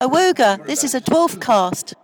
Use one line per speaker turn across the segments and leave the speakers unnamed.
Awoga, this is a 12th cast.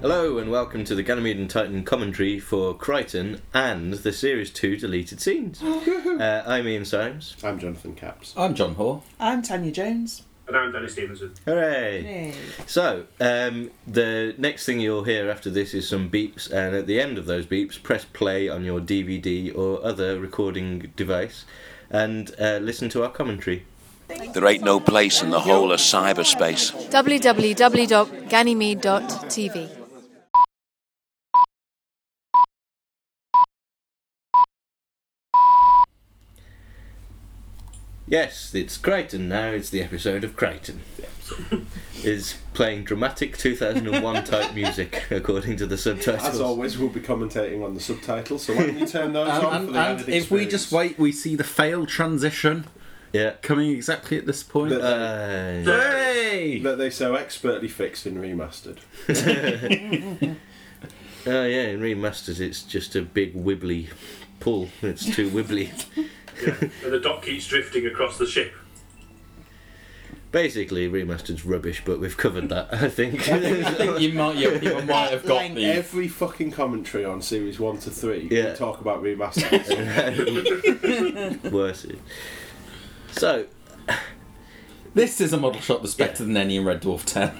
Hello and welcome to the Ganymede and Titan commentary for Crichton and the Series 2 deleted scenes. uh, I'm Ian Symes.
I'm Jonathan Caps.
I'm John Hoare.
I'm Tanya Jones.
And I'm Danny Stevenson.
Hooray!
Hey.
So, um, the next thing you'll hear after this is some beeps, and at the end of those beeps, press play on your DVD or other recording device and uh, listen to our commentary.
There ain't no place in the whole of cyberspace.
www.ganymede.tv.
Yes, it's Crichton now, it's the episode of Crichton. is playing dramatic 2001 type music, according to the subtitles.
As always, we'll be commentating on the subtitles, so why don't you turn those on
And,
for
and,
the added
and if we just
experience.
wait, we see the failed transition
Yeah.
coming exactly at this point.
That-
Uh,
Hey!
that they so expertly fixed and remastered.
Oh yeah, in remasters it's just a big wibbly pull. It's too wibbly.
And the dot keeps drifting across the ship.
Basically, remastered's rubbish, but we've covered that, I think.
you might, you, you might have got the.
Every fucking commentary on series one to three,
Yeah.
we talk about remasters.
Worse. So,
This is a model shot that's better than any in Red Dwarf 10.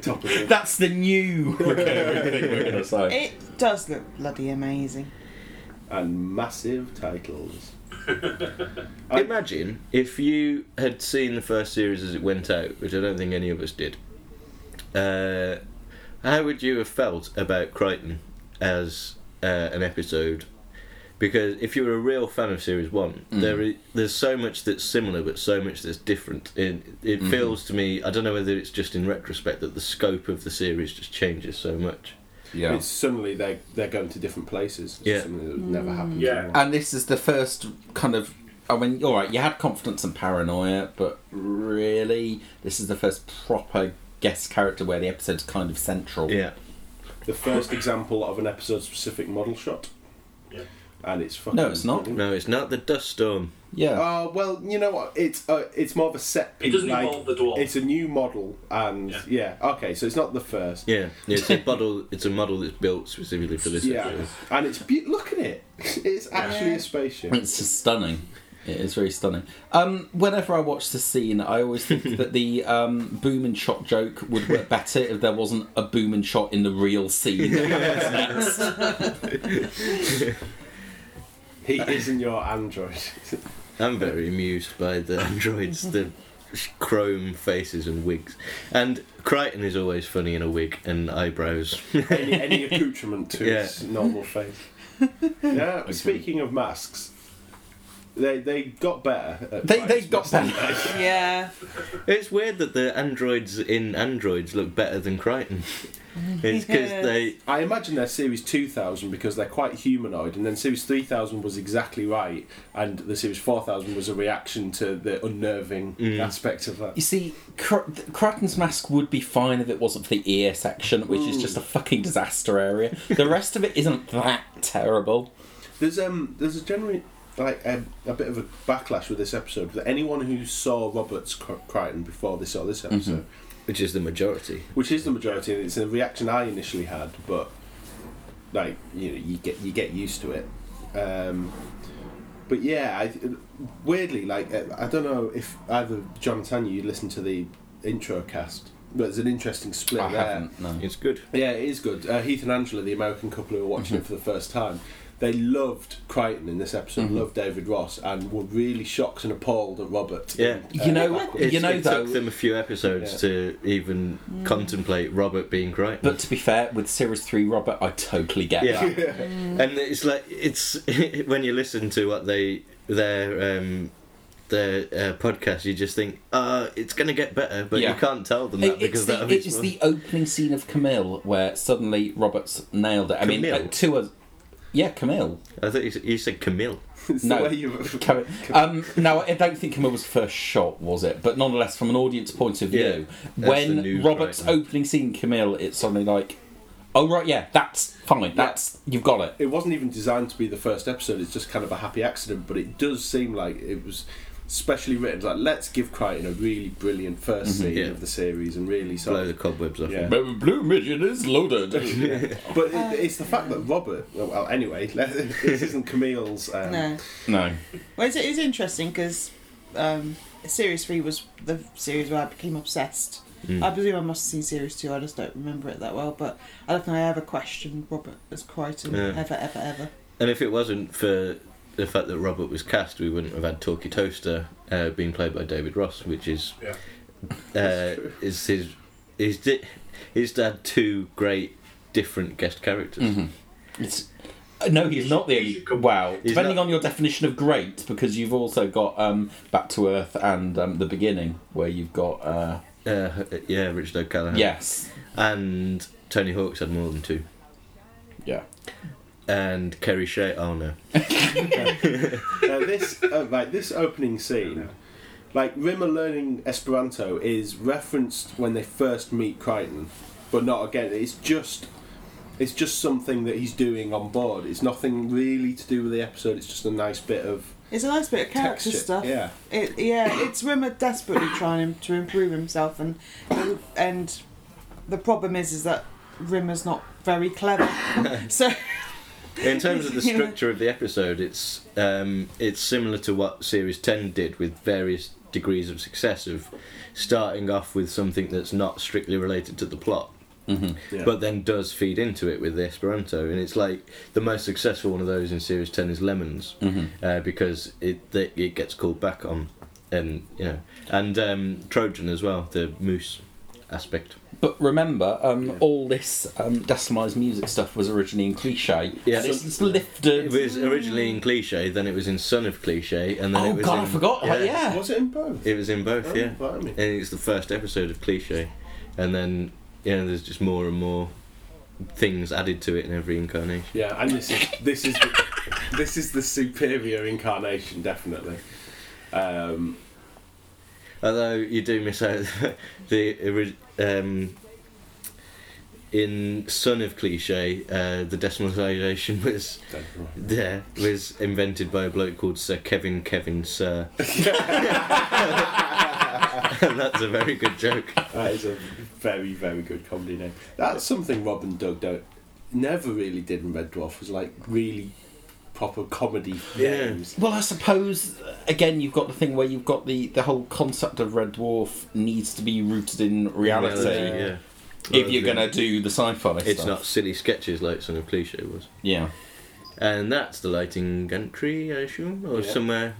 Top of it.
That's the new recurring thing we're going to say.
It does look bloody amazing.
And massive titles.
imagine if you had seen the first series as it went out, which I don't think any of us did. Uh, how would you have felt about Crichton as uh, an episode? Because if you were a real fan of Series One, there is, there's so much that's similar, but so much that's different. It, it feels to me, I don't know whether it's just in retrospect that the scope of the series just changes so much.
Yeah.
It's suddenly they're, they're going to different places. It's
Yeah.
Something that would
Mm.
never happened.
Yeah.
before.
And this is the first kind of. I mean, all right, you had confidence and paranoia, but really, this is the first proper guest character where the episode's kind of central.
The first example of an episode specific model shot.
Yeah.
And it's fucking.
No, it's not.
brilliant.
No, it's not the dust storm.
Yeah.
Uh, well, you know what? It's uh, it's more of a set piece.
doesn't
like,
involve the dwarf.
It's a new model, and
Yeah.
yeah. okay, so it's not the first.
Yeah, it's a model. It's a model that's built specifically for this.
Yeah.
episode.
and it's be- look at it. It's actually a spaceship.
It's just stunning. It is very stunning. Um, whenever I watch the scene, I always think that the um, boom and shot joke would work better if there wasn't a boom and shot in the real scene. That's next.
He isn't your android.
I'm very amused by the androids, the chrome faces and wigs. And Crichton is always funny in a wig and eyebrows.
any, any accoutrement to
Yeah.
his normal face. Yeah. Speaking of masks, they they got better. At
They, they
fights,
got that.
Yeah.
it's weird that the androids in androids look better than Crichton. It's because
Yes.
they.
I imagine they're series 2000 because they're quite humanoid, and then series 3000 was exactly right, and the series 4000 was a reaction to the unnerving
Mm.
aspect of
You
that.
see, Cr- Crichton's mask would be fine if it wasn't for the ear section, which is just a fucking disaster area. The rest of it isn't that terrible.
There's um, there's a generally like um, a bit of a backlash with this episode. That anyone who saw Robert's Cr- Crichton before they saw this episode,
Mm-hmm. Which is the majority.
which is the majority, and it's a reaction I initially had, but like you know, you get you get used to it. Um, but yeah, I, weirdly, like uh, I don't know if either John and Tanya you listened to the intro cast, but there's an interesting split
I
there.
haven't, no.
It's good.
Yeah, it is good. Uh, Heath and Angela, the American couple who were watching
Mm-hmm.
it for the first time, they loved Crichton in this episode,
Mm-hmm.
loved David Ross, and were really shocked and appalled at Robert.
Yeah.
You know-
backwards.
It's,
You know,
it
though-
took them a few episodes
Yeah.
to even contemplate Robert being Crichton.
But to be fair, with Series 3 Robert, I totally get
Yeah.
that.
and it's like it's when you listen to what they their um their uh, podcast you just think uh it's gonna get better but
Yeah.
you can't tell them
It-
that because
it's the,
that
it is the opening scene of Camille where suddenly Roberts nailed it. I mean,
Camille?
uh, to us. Yeah, Camille.
I thought you said, you said Camille
It's the
no.
way you-
Camille. Um, no, I don't think Camille was the first shot, was it? But nonetheless, from an audience point of
Yeah,
view,
that's the
when
news
Roberts'
right now.
opening scene, Camille, it's suddenly like, oh right, yeah, that's fine. That's you've got it.
it wasn't even designed to be the first episode. It's just kind of a happy accident, but it does seem like it was specially written. It's Like, let's give Crichton a really brilliant 1st scene
Mm-hmm, Yeah.
of the series and really sort
Blow the
of.
cobwebs off.
Yeah.
Blue Mission is loaded.
But it, it's the fact that Robert. oh, Well, anyway, let, this isn't Camille's. Um,
No.
no.
Well, it's, it's interesting because um, series three was the series where I became obsessed. I presume I must have seen series two. I just don't remember it that well. But I don't think I ever questioned Robert as Crichton
Yeah.
ever, ever, ever.
And if it wasn't for the fact that Robert was cast, we wouldn't have had Talkie Toaster uh, being played by David Ross, which is
Yeah.
uh, is his his di- his dad two great different guest characters.
It's, uh, no, he's not
He
the
should come-
wow.
He's
Depending
not-
on your definition of great, because you've also got um, Back to Earth and um, the beginning, where you've got uh,
Uh, yeah, Richard O'Callaghan.
yes,
and Tony Hawk's had more than two.
yeah.
And Kerry Shea, oh no,
now this, uh, like this opening scene, like Rimmer learning Esperanto is referenced when they first meet Crichton, but not again. It's just, it's just something that he's doing on board. It's nothing really to do with the episode. It's just a nice bit of
It's a nice bit of character
Texture,
stuff.
yeah.
It, yeah, it's Rimmer desperately trying to improve himself, and and the problem is is that Rimmer's not very clever. so
In terms of the
Yeah.
structure of the episode, it's um, it's similar to what Series Ten did with various degrees of success of starting off with something that's not strictly related to the plot,
Yeah.
but then does feed into it with the Esperanto. And it's like the most successful one of those in Series Ten is Lemons, uh, because it that it gets called back on, and you know, and um, Trojan as well, the moose aspect.
But remember, um, all this um, decimalised music stuff was originally in cliche.
Yeah.
and it's, it's
It
lifted.
was originally in Cliche, then it was in Son of Cliche, and then
Oh
it was
god,
in,
I forgot. Yeah. yeah.
Was it in both?
It was in both,
Oh,
yeah.
blimey.
And it's the first episode of Cliche, and then you know, there's just more and more things added to it in every incarnation.
Yeah, and this is this is the, this is the superior incarnation, definitely. Um,
Although you do miss out the ori- um, in Son of Cliche, uh, the decimalisation was there was invented by a bloke called Sir Kevin Kevin Sir. and that's a very good joke.
that is a very very good comedy name. That's something Rob and Doug don't never really did in Red Dwarf was like really proper comedy
Yeah.
names.
Well, I suppose uh, again you've got the thing where you've got the the whole concept of Red Dwarf needs to be rooted in reality.
Reality, yeah.
If you're gonna do the sci-fi,
It's
stuff.
not silly sketches like Son of Cliche was.
Yeah.
And that's the lighting gantry, I assume, or
Yeah.
somewhere,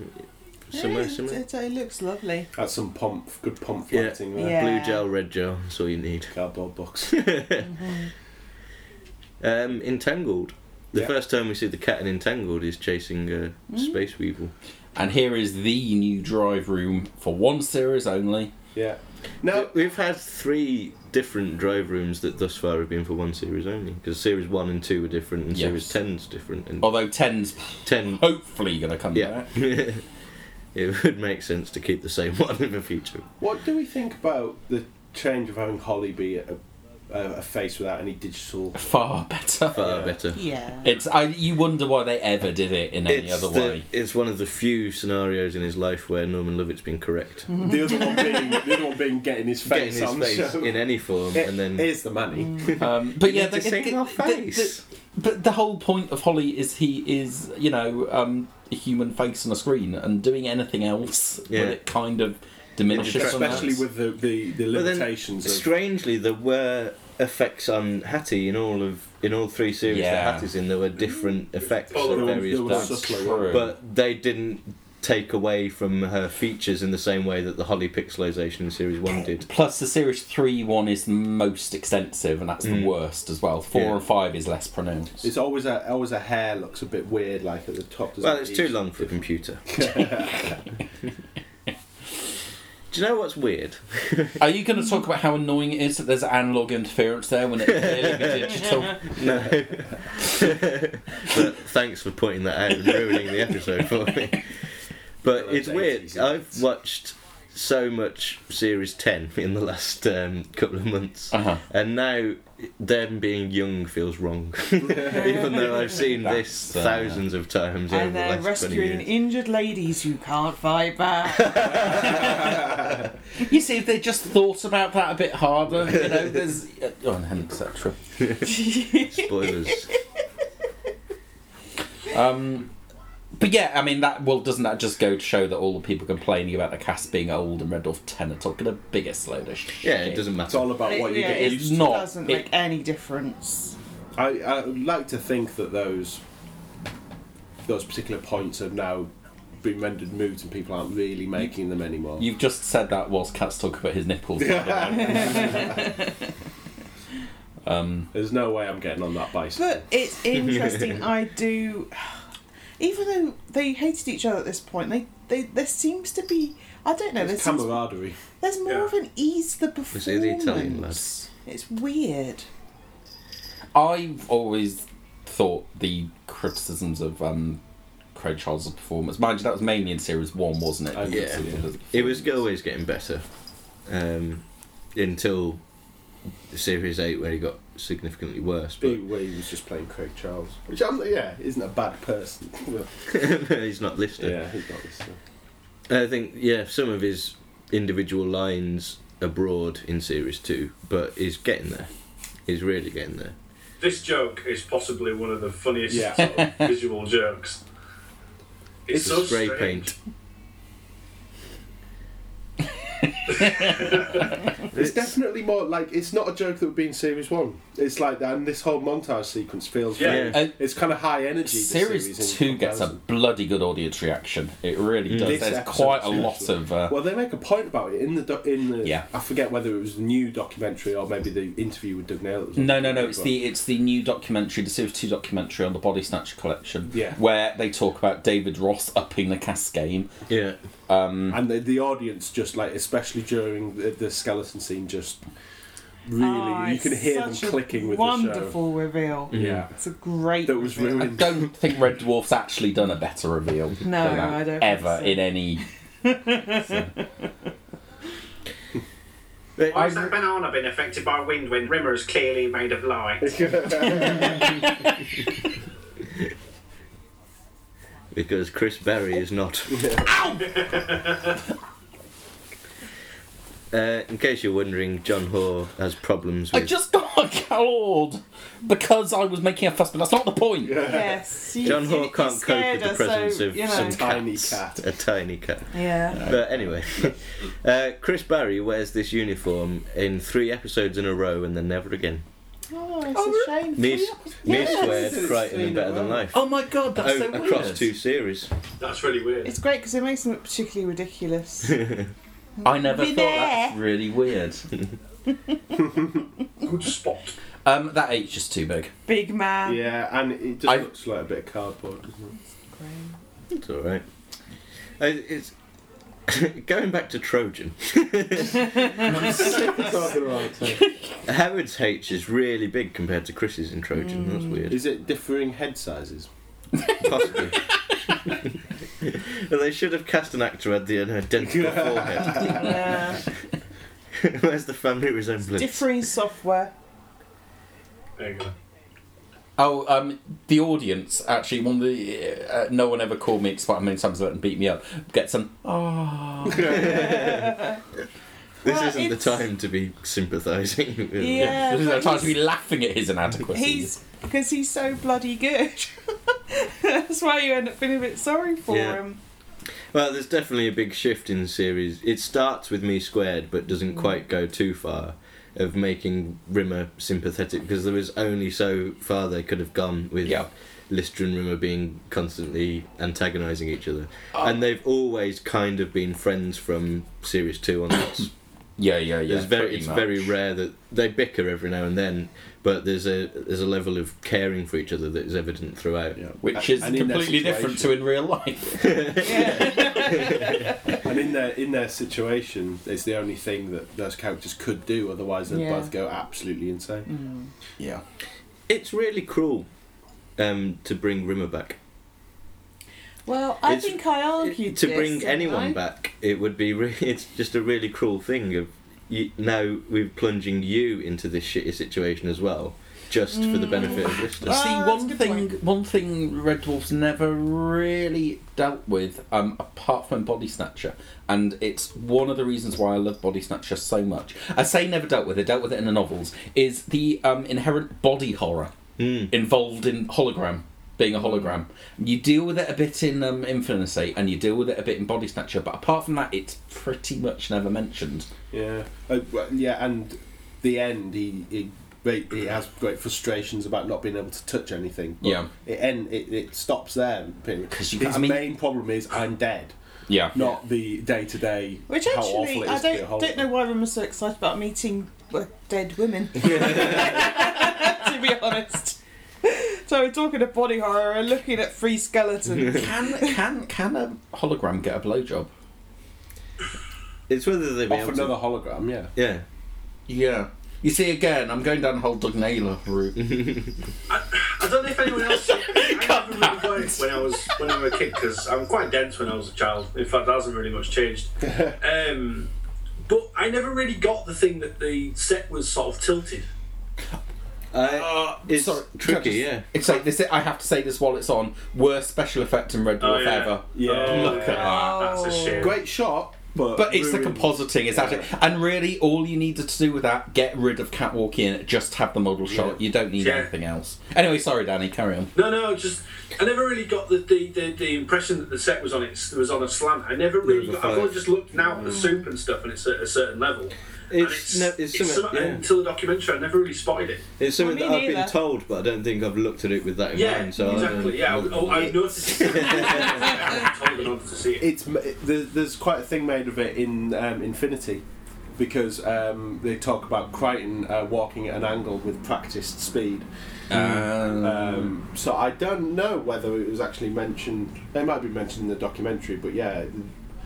somewhere
Yeah, it,
similar.
it, it looks lovely.
That's some pomp, good pomp
Yeah.
lighting there.
Yeah.
Blue gel, red gel. That's all you need.
Cardboard box.
Um, Entangled. The
Yeah.
first time we see the cat in Entangled is chasing a space weevil.
And here is the new drive room for one series only.
yeah. Now
We've had three different drive rooms that thus far have been for one series only, because series one and two were different, and
Yes. Oh.
series ten's different, and
Although 10's
ten.
hopefully going to come
Yeah.
back.
It would make sense to keep the same one in the future.
What do we think about the change of having Holly be a, a, a face without any digital?
Far better.
Far
Yeah.
better.
Yeah.
It's I, You wonder why they ever did it in any other
the-
way.
it's one of the few scenarios in his life where Norman Lovett's been correct.
The other one being the other one being getting his
Getting
face
his
Mm-hmm. on
face
show.
in any form, and then
here's the money.
Mm.
Um, but yeah,
need to save our face.
but the whole point of Holly is he is you know um, a human face on a screen and doing anything else, but
Yeah.
it kind of diminishes.
detracts.
from that.
especially with the the, the
But then,
limitations of
strangely, there were effects on Hattie in all of in all three series
Yeah.
that Hattie's in. There were different effects
Oh,
at
there were-
various
Mm-hmm. there were
points,
subtler
True.
ones.
but they didn't take away from her features in the same way that the Holly pixelization in series one did.
Plus, the series three one is the most extensive, and that's the worst as well. Four
Mm. Yeah.
and five is less pronounced.
It's always a always a hair looks a bit weird, like at the top. doesn't
Well,
it?
it's too long for a computer. Do you know what's weird?
Are you going to talk about how annoying it is that there's analog interference there when it's clearly digital?
No. but thanks for pointing that out and ruining the episode for me. But
Those
it's weird.
80s
I've watched so much Series 10 in the last um, couple of months.
Uh-huh.
And now them being young feels wrong, even though I've seen this
That's, uh,
thousands of times over
And
the
they're
last twenty
rescuing
years.
injured ladies who can't fight back.
You see, if they just thought about that a bit harder, you know, there's. Oh, and etc.
Spoilers.
Um, but yeah, I mean, that well, doesn't that just go to show that all the people complaining about the cast being old and Redolph Ten are talking the biggest load of shit?
Yeah, it doesn't
It's
matter.
all about what you
yeah,
get
it
used
used
to. not-
doesn't
it-
make any difference.
I, I would like to think that those those particular points have now been rendered moot and people aren't really making them anymore.
You've just said that whilst Cat's talking about his nipples.
Um,
There's no way I'm getting on that bicycle.
But it's interesting. I do, even though they hated each other at this point, they, they there seems to be I don't know. There
There's
seems,
camaraderie.
there's more
Yeah.
of an ease to the
Was
performance.
it the Italian lad?
It's weird.
I've always thought the criticisms of um, Craig Charles' performance, mind you, that was mainly in series one, wasn't it?
Oh,
The
yeah.
criticisms of the
It was
performance.
always getting better, um, until series eight where he got significantly worse. But
Where he was just playing Craig Charles, which I'm yeah, isn't a bad person.
he's not listed.
yeah, he's not this.
I think yeah, some of his individual lines abroad in series two, but he's getting there. He's really getting there.
This joke is possibly one of the funniest
Yeah.
sort of visual jokes. It's,
It's
so
spray
strange.
paint.
It's definitely more like it's not a joke that would be in series one. It's like that, and this whole montage sequence feels
Yeah.
very-
And
It's kind of high energy. this
Series,
series in
two gets a
comparison.
bloody good audience reaction. It really does.
This
There's
episode
quite a
was
lot
actually-
of. Uh,
Well, they make a point about it in the doc in the.
Yeah.
I forget whether it was the new documentary or maybe the interview with Doug Nail. that was on
No, no, no.
TV,
It's
but-
the it's the new documentary, the series two documentary on the Body Snatcher collection.
Yeah.
Where they talk about David Ross upping the cast game.
Yeah,
Mm. and the, the audience just like, especially during the, the skeleton scene, just really
Oh,
you
it's
can hear them
such a
clicking with
Wonderful reveal.
the show. Yeah,
It's a great.
that was
reveal.
I
ruined.
don't think Red Dwarf's actually done a better reveal. than that
I don't think
Ever
so.
in any. so.
But-
Why has that banana been affected by wind when Rimmer is clearly made of light?
because Chris Berry is not. Uh, in case you're wondering, John Hoare has problems
I
with.
just got called because I was making a fuss, but that's not the point.
Yes. you-
John
you-
Hoare
you
can't cope with
scared
the
us, so,
presence of
you know.
some
Tiny
cats,
cat.
a tiny cat.
Yeah.
But anyway, uh, Chris Barry wears this uniform in three episodes in a row, and then never again.
Oh, it's a shame.
Me, me
Oh, Yes.
squared, Crichton,
Three in
and
a
Better Than
row.
Life.
Oh my god, that's
Oh,
so weird.
across two series.
That's really weird.
It's great because it makes them look particularly ridiculous.
I never
Be
thought
there.
that's really weird.
Good spot.
Um, that eight's just too big.
Big man.
Yeah, and it just
I-
looks like a bit of cardboard. Doesn't it?
It's all right. Uh, It's going back to Trojan. Howard's H is really big compared to Chris's in Trojan.
Mm.
That's weird.
Is it differing head sizes?
Possibly. Well, they should have cast an actor who had the identical forehead.
Yeah.
Where's the family resemblance?
Differing software.
There you go.
Oh, um, the audience actually. One of the uh, no one ever called me despite how many times they let them beat me up. Get some. Oh,
This
Well,
isn't
it's-
the time to be sympathising. with-
Yeah.
this is our
but
time to be laughing at his inadequacies.
he's because he's so bloody good. That's why you end up feeling a bit sorry for
Yeah.
him.
Well, there's definitely a big shift in series. It starts with me squared, but
Mm.
doesn't quite go too far of making Rimmer sympathetic because there was only so far they could have gone with
Yeah.
Lister and Rimmer being constantly antagonising each other,
Oh.
and they've always kind of been friends from series two onwards.
yeah, yeah, yeah.
It's very,
pretty
it's
much.
very rare that they bicker every now and then, but there's a there's a level of caring for each other that is evident throughout.
Which is
And in their
completely different to
situation-
in real life.
And in their in their situation, it's the only thing that those characters could do. Otherwise, they'd
Yeah. Mm.
both go absolutely insane.
yeah.
It's really cruel um, to bring Rimmer back.
Well, I
It's-
think I
It-
argued
to
this,
bring
didn't
anyone
I?
back it would be re- it's just a really cruel thing of you, now we're plunging you into this shitty situation as well, just for the benefit of
You
listeners.
see,
Ah, that's a
one
good
thing, one thing Red Dwarf's never really dealt with, um, apart from Body Snatcher, and it's one of the reasons why I love Body Snatcher so much. I say never dealt with it; dealt with it in the novels. Is the um, inherent body horror involved in hologram? Being a
Hmm.
hologram, you deal with it a bit in um, Infinity, and you deal with it a bit in Body Snatcher. But apart from that, it's pretty much never mentioned.
Yeah. Uh, well, yeah, and the end, he, he great- he has great frustrations about not being able to touch anything. but
Yeah.
It end it, it stops there. Period.
'Cause you
His
can't- I mean-
main problem is I'm dead.
Yeah,
Not the day to day.
Which
how awful
actually,
it
I
is to be a
don't
whole.
don't know why Rimmer's so excited about meeting uh, dead women. to be honest. So we're talking of body horror and looking at free skeletons.
can can can a hologram get a blowjob?
It's whether they be
Off
able
another
to,
hologram, yeah.
yeah.
Yeah. You see, again, I'm going down the whole Doug Naylor route.
I don't know if anyone else. I never really worked when I was when I was a kid because I'm quite dense when I was a child. In fact, that hasn't really much changed. Um, but I never really got the thing that the set was sort of tilted. Uh,
I, it's
Sorry,
tricky,
can I
yeah.
just- It's like this. I have to say this while it's on. Worst special effect in Red Dwarf
Oh, yeah.
ever.
Yeah.
Look at that.
That's a shame.
Great shot, but
But it's the
ruined.
compositing. It's actually, and really, all you needed to do with that, get rid of catwalk in, just have the model shot. You don't need
Yeah.
anything else. Anyway, sorry, Danny, carry on.
No, no, just I never really got the the, the, the impression that the set was on its was on a slant. I never really.
Never
Got, I've
thought.
always just looked now at the soup and stuff, and it's at a certain level. And
It's, no, it's,
it's
something,
something-
yeah.
until the documentary. I never really spotted it.
it's something that
Well, me
I've been
neither.
told, but I don't think I've looked at it with that in
Yeah,
mind. So I
exactly.
don't-
Yeah, I, oh, I noticed it. I was told in order to see it.
it's m- it- there- there's quite a thing made of it in um, Infinity because um, they talk about Crichton uh, walking at an angle with practiced speed.
Um,
Um, so I don't know whether it was actually mentioned. They might be mentioned in the documentary, but yeah,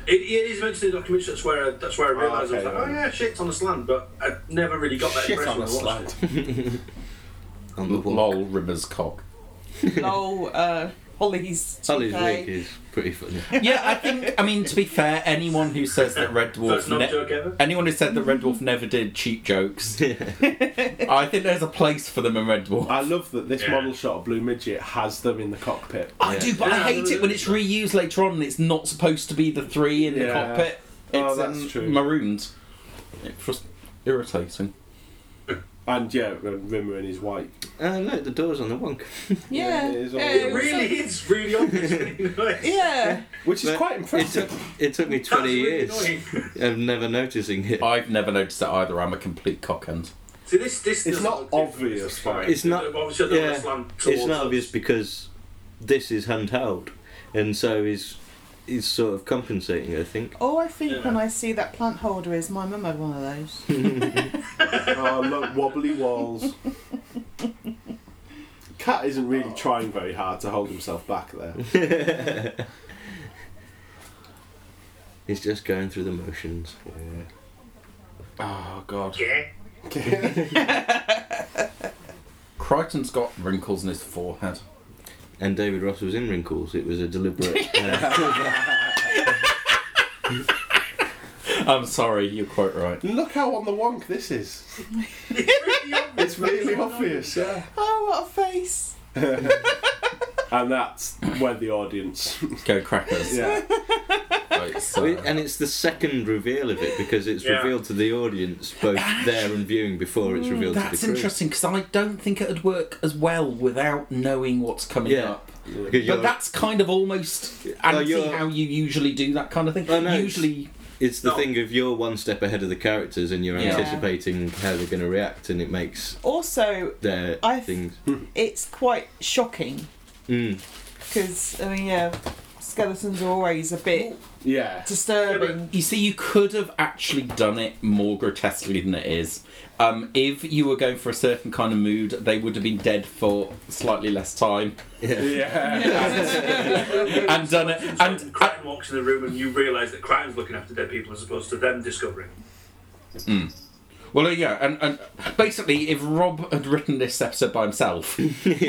It, it is mentioned in the documentary. That's where I, that's where I realised I
okay,
was like, oh
yeah.
yeah, shit, it's on a slant. But I never really got that
shit
impression.
on a
when I watched
slant.
On the wall.
lol, Rimmer's cock.
Lol, uh, Holly's.
Sally's
toupee.
wig is pretty funny.
yeah, I think. I mean, to be fair, anyone who says that Red Dwarf,
First knock joke ever.
anyone who said that Red Dwarf never did cheap jokes, I think there's a place for them in Red Dwarf.
I love that this model shot of Blue Midget has them in the cockpit.
I do, but I
Yeah,
hate it when it's reused later on and it's not supposed to be the three in the
Yeah.
cockpit.
Oh,
It's
that's
um,
true.
marooned. It's just irritating.
And yeah, Rimmer in his white.
Uh, look, the door's on the wonk.
Yeah.
Yeah, it is
yeah,
all-
it
It
was
really
so-
is really obvious. Really nice.
Yeah.
Which is
But
quite
It
impressive.
took, it took me 20
That's really
years
annoying.
of never noticing it.
I've never noticed that either. I'm a complete cockend.
See, this, this
It's
doesn't
not
look different,
obvious,
it's fine.
It's not.
Obviously, they're on a
Yeah,
slant
it's
towards
not obvious
us.
because this is handheld, and so is is sort of compensating. I think.
All Oh, I think when I see that plant holder is my mum had one of those.
oh, look, wobbly walls. Cat isn't really trying very hard to hold himself back there.
He's just going through the motions.
Oh god.
Yeah.
Crichton's got wrinkles in his forehead.
And David Ross was in wrinkles. It was a deliberate. Uh,
I'm sorry, you're quite right.
Look how on the wonk this is. It's really obvious, yeah.
Oh, what a face!
And that's where the audience.
Go crackers.
Yeah.
Like, so-
and it's the second reveal of it because it's
Yeah.
revealed to the audience both there and viewing before it's revealed
That's
to the crew.
interesting because I don't think it'd work as well without knowing what's coming
Yeah.
up.
Because
But
you're-
that's kind of almost
Oh,
anti
you're-
how you usually do that kind of thing.
Oh, no, it's-
usually,
It's the
No.
thing of you're one step ahead of the characters and you're
Yeah.
anticipating how they're going to react, and it makes
Also,
their
I-
things.
it's quite shocking
Mm.
because I mean, yeah, skeletons are always a bit
Yeah.
disturbing.
you see, you could have actually done it more grotesquely than it is. Um, if you were going for a certain kind of mood, they would have been dead for slightly less time
Yeah.
and done it.
And
And
Crichton walks in the room, and you realise that Crichton's looking after dead people as opposed to them discovering.
well, yeah, and, and basically, if Rob had written this episode by himself,
They've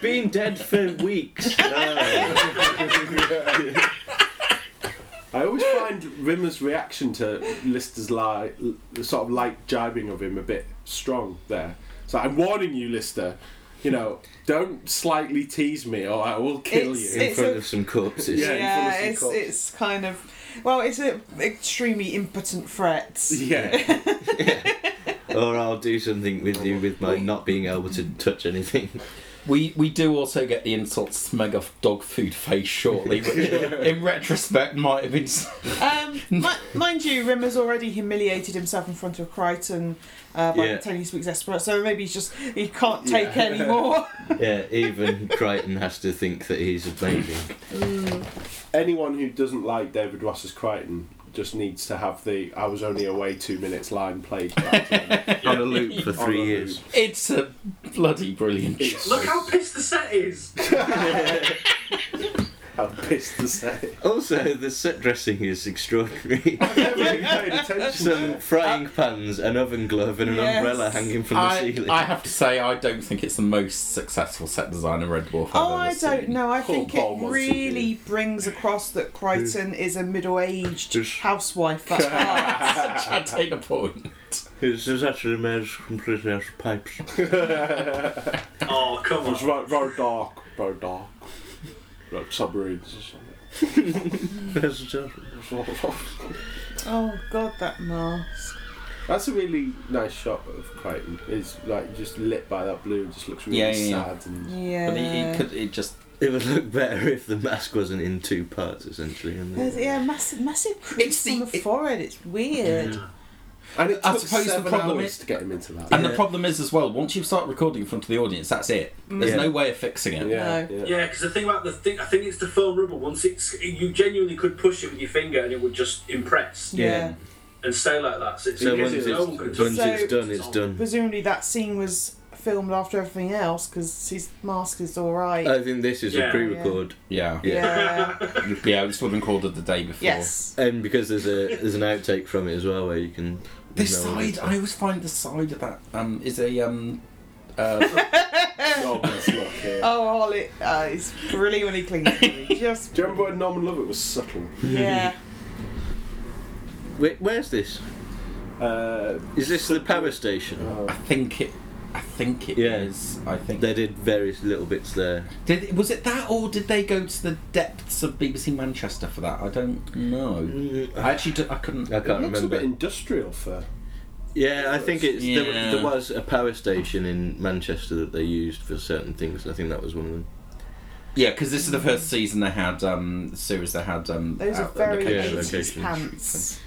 been dead for weeks.
I always find Rimmer's reaction to Lister's lie, the sort of light jibing of him, a bit strong there. So I'm warning you, Lister. You know, don't slightly tease me, or I will kill
It's-
you.
in front
a-
of some corpses.
Yeah, full
yeah,
of
it's,
cops.
it's kind of well, it's an extremely impotent threat.
Yeah,
Or I'll do something with you with my not being able to touch anything.
We we do also get the insult smeg off dog food face shortly, which in retrospect might have been. s-
Um, mi- mind you, Rimmer's already humiliated himself in front of Crichton uh, by
Yeah.
telling he speaks Esperanto, so maybe he's just he can't take
Yeah.
any more.
Yeah, even Crichton has to think that he's amazing.
anyone who doesn't like David Ross's Crichton just needs to have the "I was only away two minutes" line played back to them.
On a loop for
On a
three
loop.
years.
It's a bloody brilliant. show.
It's
Look how pissed the set is.
how pissed to say.
Also, the set dressing is extraordinary.
Never really paid attention. to
Some
it.
frying pans, an oven glove, and an
Yes.
umbrella hanging from the
I,
ceiling.
I have to say, I don't think it's the most successful set design of Red Dwarf. I've
Oh,
ever
I don't
seen.
know. I
Paul
think
Ball
it
wants to
really brings across that Crichton is a middle-aged
Just-
housewife. That's why.
I take the point.
This is actually made completely out of pipes.
Oh, come
It was
on.
ro- road dark, road dark, road submarines or something.
oh God, that mask.
That's a really nice shot of Crichton. It's like just lit by that blue. Just looks really
Yeah, yeah, yeah.
sad and
Yeah.
But it, it could. It just.
It would look better if the mask wasn't in two parts, essentially. And
There's,
the,
yeah, massive, massive crease
the-
on the
it-
forehead. It's weird.
and it
I
took
suppose the
seven
problem
hours
is-
to get him into that.
And the problem is as well. Once you start recording in front of the audience, that's it.
Mm.
There's
Yeah.
no way of fixing it.
yeah,
No.
yeah.
Yeah, because the thing about the thing, I think it's the foam rubber. Once it's, you genuinely could push it with your finger and it would just impress
yeah.
and stay like that. So, it's,
so
it
once
gets
it's,
its own good
once
So-
it's done, it's done.
Presumably that scene was filmed after everything else because his mask is all right.
I think this is a
Yeah.
pre-record,
Yeah. Yeah.
yeah.
This would have been recorded the day before.
yes.
and because there's a there's an outtake from it as well where you can.
This
no one-
side, I always find the side of that um is a um. Uh,
Oh, that's not here.
Oh, Ollie, uh, it's really when he clings to me. Just
Do you remember when Norman Lovett was subtle?
yeah.
Wait, where's this?
Uh,
Is this the power station?
I think it. I think it is.
Yeah.
I think
They did various little bits there.
Did was it that, or did they go to the depths of BBC Manchester for that? I don't know. I actually do, Mm. I couldn't.
I
it looks
can't
a
remember.
bit industrial for.
yeah, I think it's
Yeah.
there, there was a power station in Manchester that they used for certain things. and I think that was one of them.
Yeah, because this is the first season they had um the series they had um.
Those are
out there,
very
yeah,
location.
80s
location.
pants.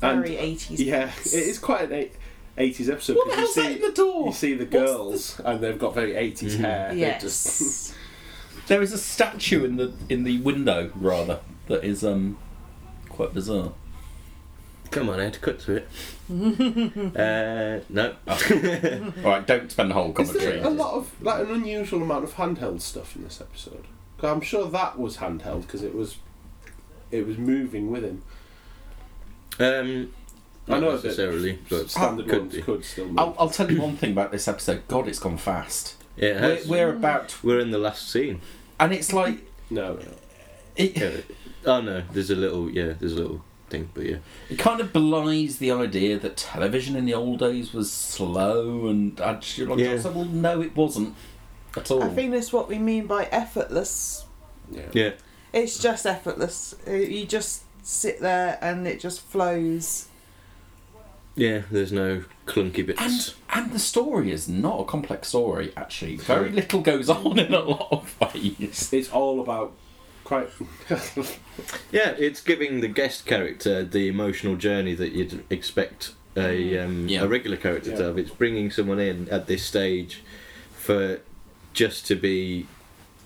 And-
Very 80s
Yeah,
pants.
it is quite an eighties episode.
What the
'cause you
hell's that
see-
in the door?
You see the girls, and they've got very 80s hair. They're just-
Yes.
There is a statue in the in the window rather that is um quite bizarre.
Come on, I had to cut to it. uh, no.
All right, don't spend the whole
Is there
commentary.
a lot of like an unusual amount of handheld stuff in this episode? 'Cause I'm sure that was handheld because it was, it was moving with him.
um,
I
not
know that
necessarily, but
Standard
could
ones
be.
could still move.
I'll, I'll tell you one thing about this episode. God, it's gone fast.
Yeah, it
We're,
has.
we're about,
We're in the last scene.
and it's like
No, no.
it,
Yeah. Oh no, there's a little yeah, there's a little thing, but yeah.
It kind of belies the idea that television in the old days was slow, and I just like,
Yeah.
I said, well, no, it wasn't at all.
I think that's what we mean by effortless.
Yeah.
Yeah.
It's just effortless. Uh, You just sit there and it just flows.
Yeah, there's no clunky bits.
and and the story is not a complex story actually. Very little goes on in a lot of ways.
It's all about quite.
Yeah, it's giving the guest character the emotional journey that you'd expect a, um,
Yeah.
a regular character to
Yeah.
have. It's bringing someone in at this stage for just to be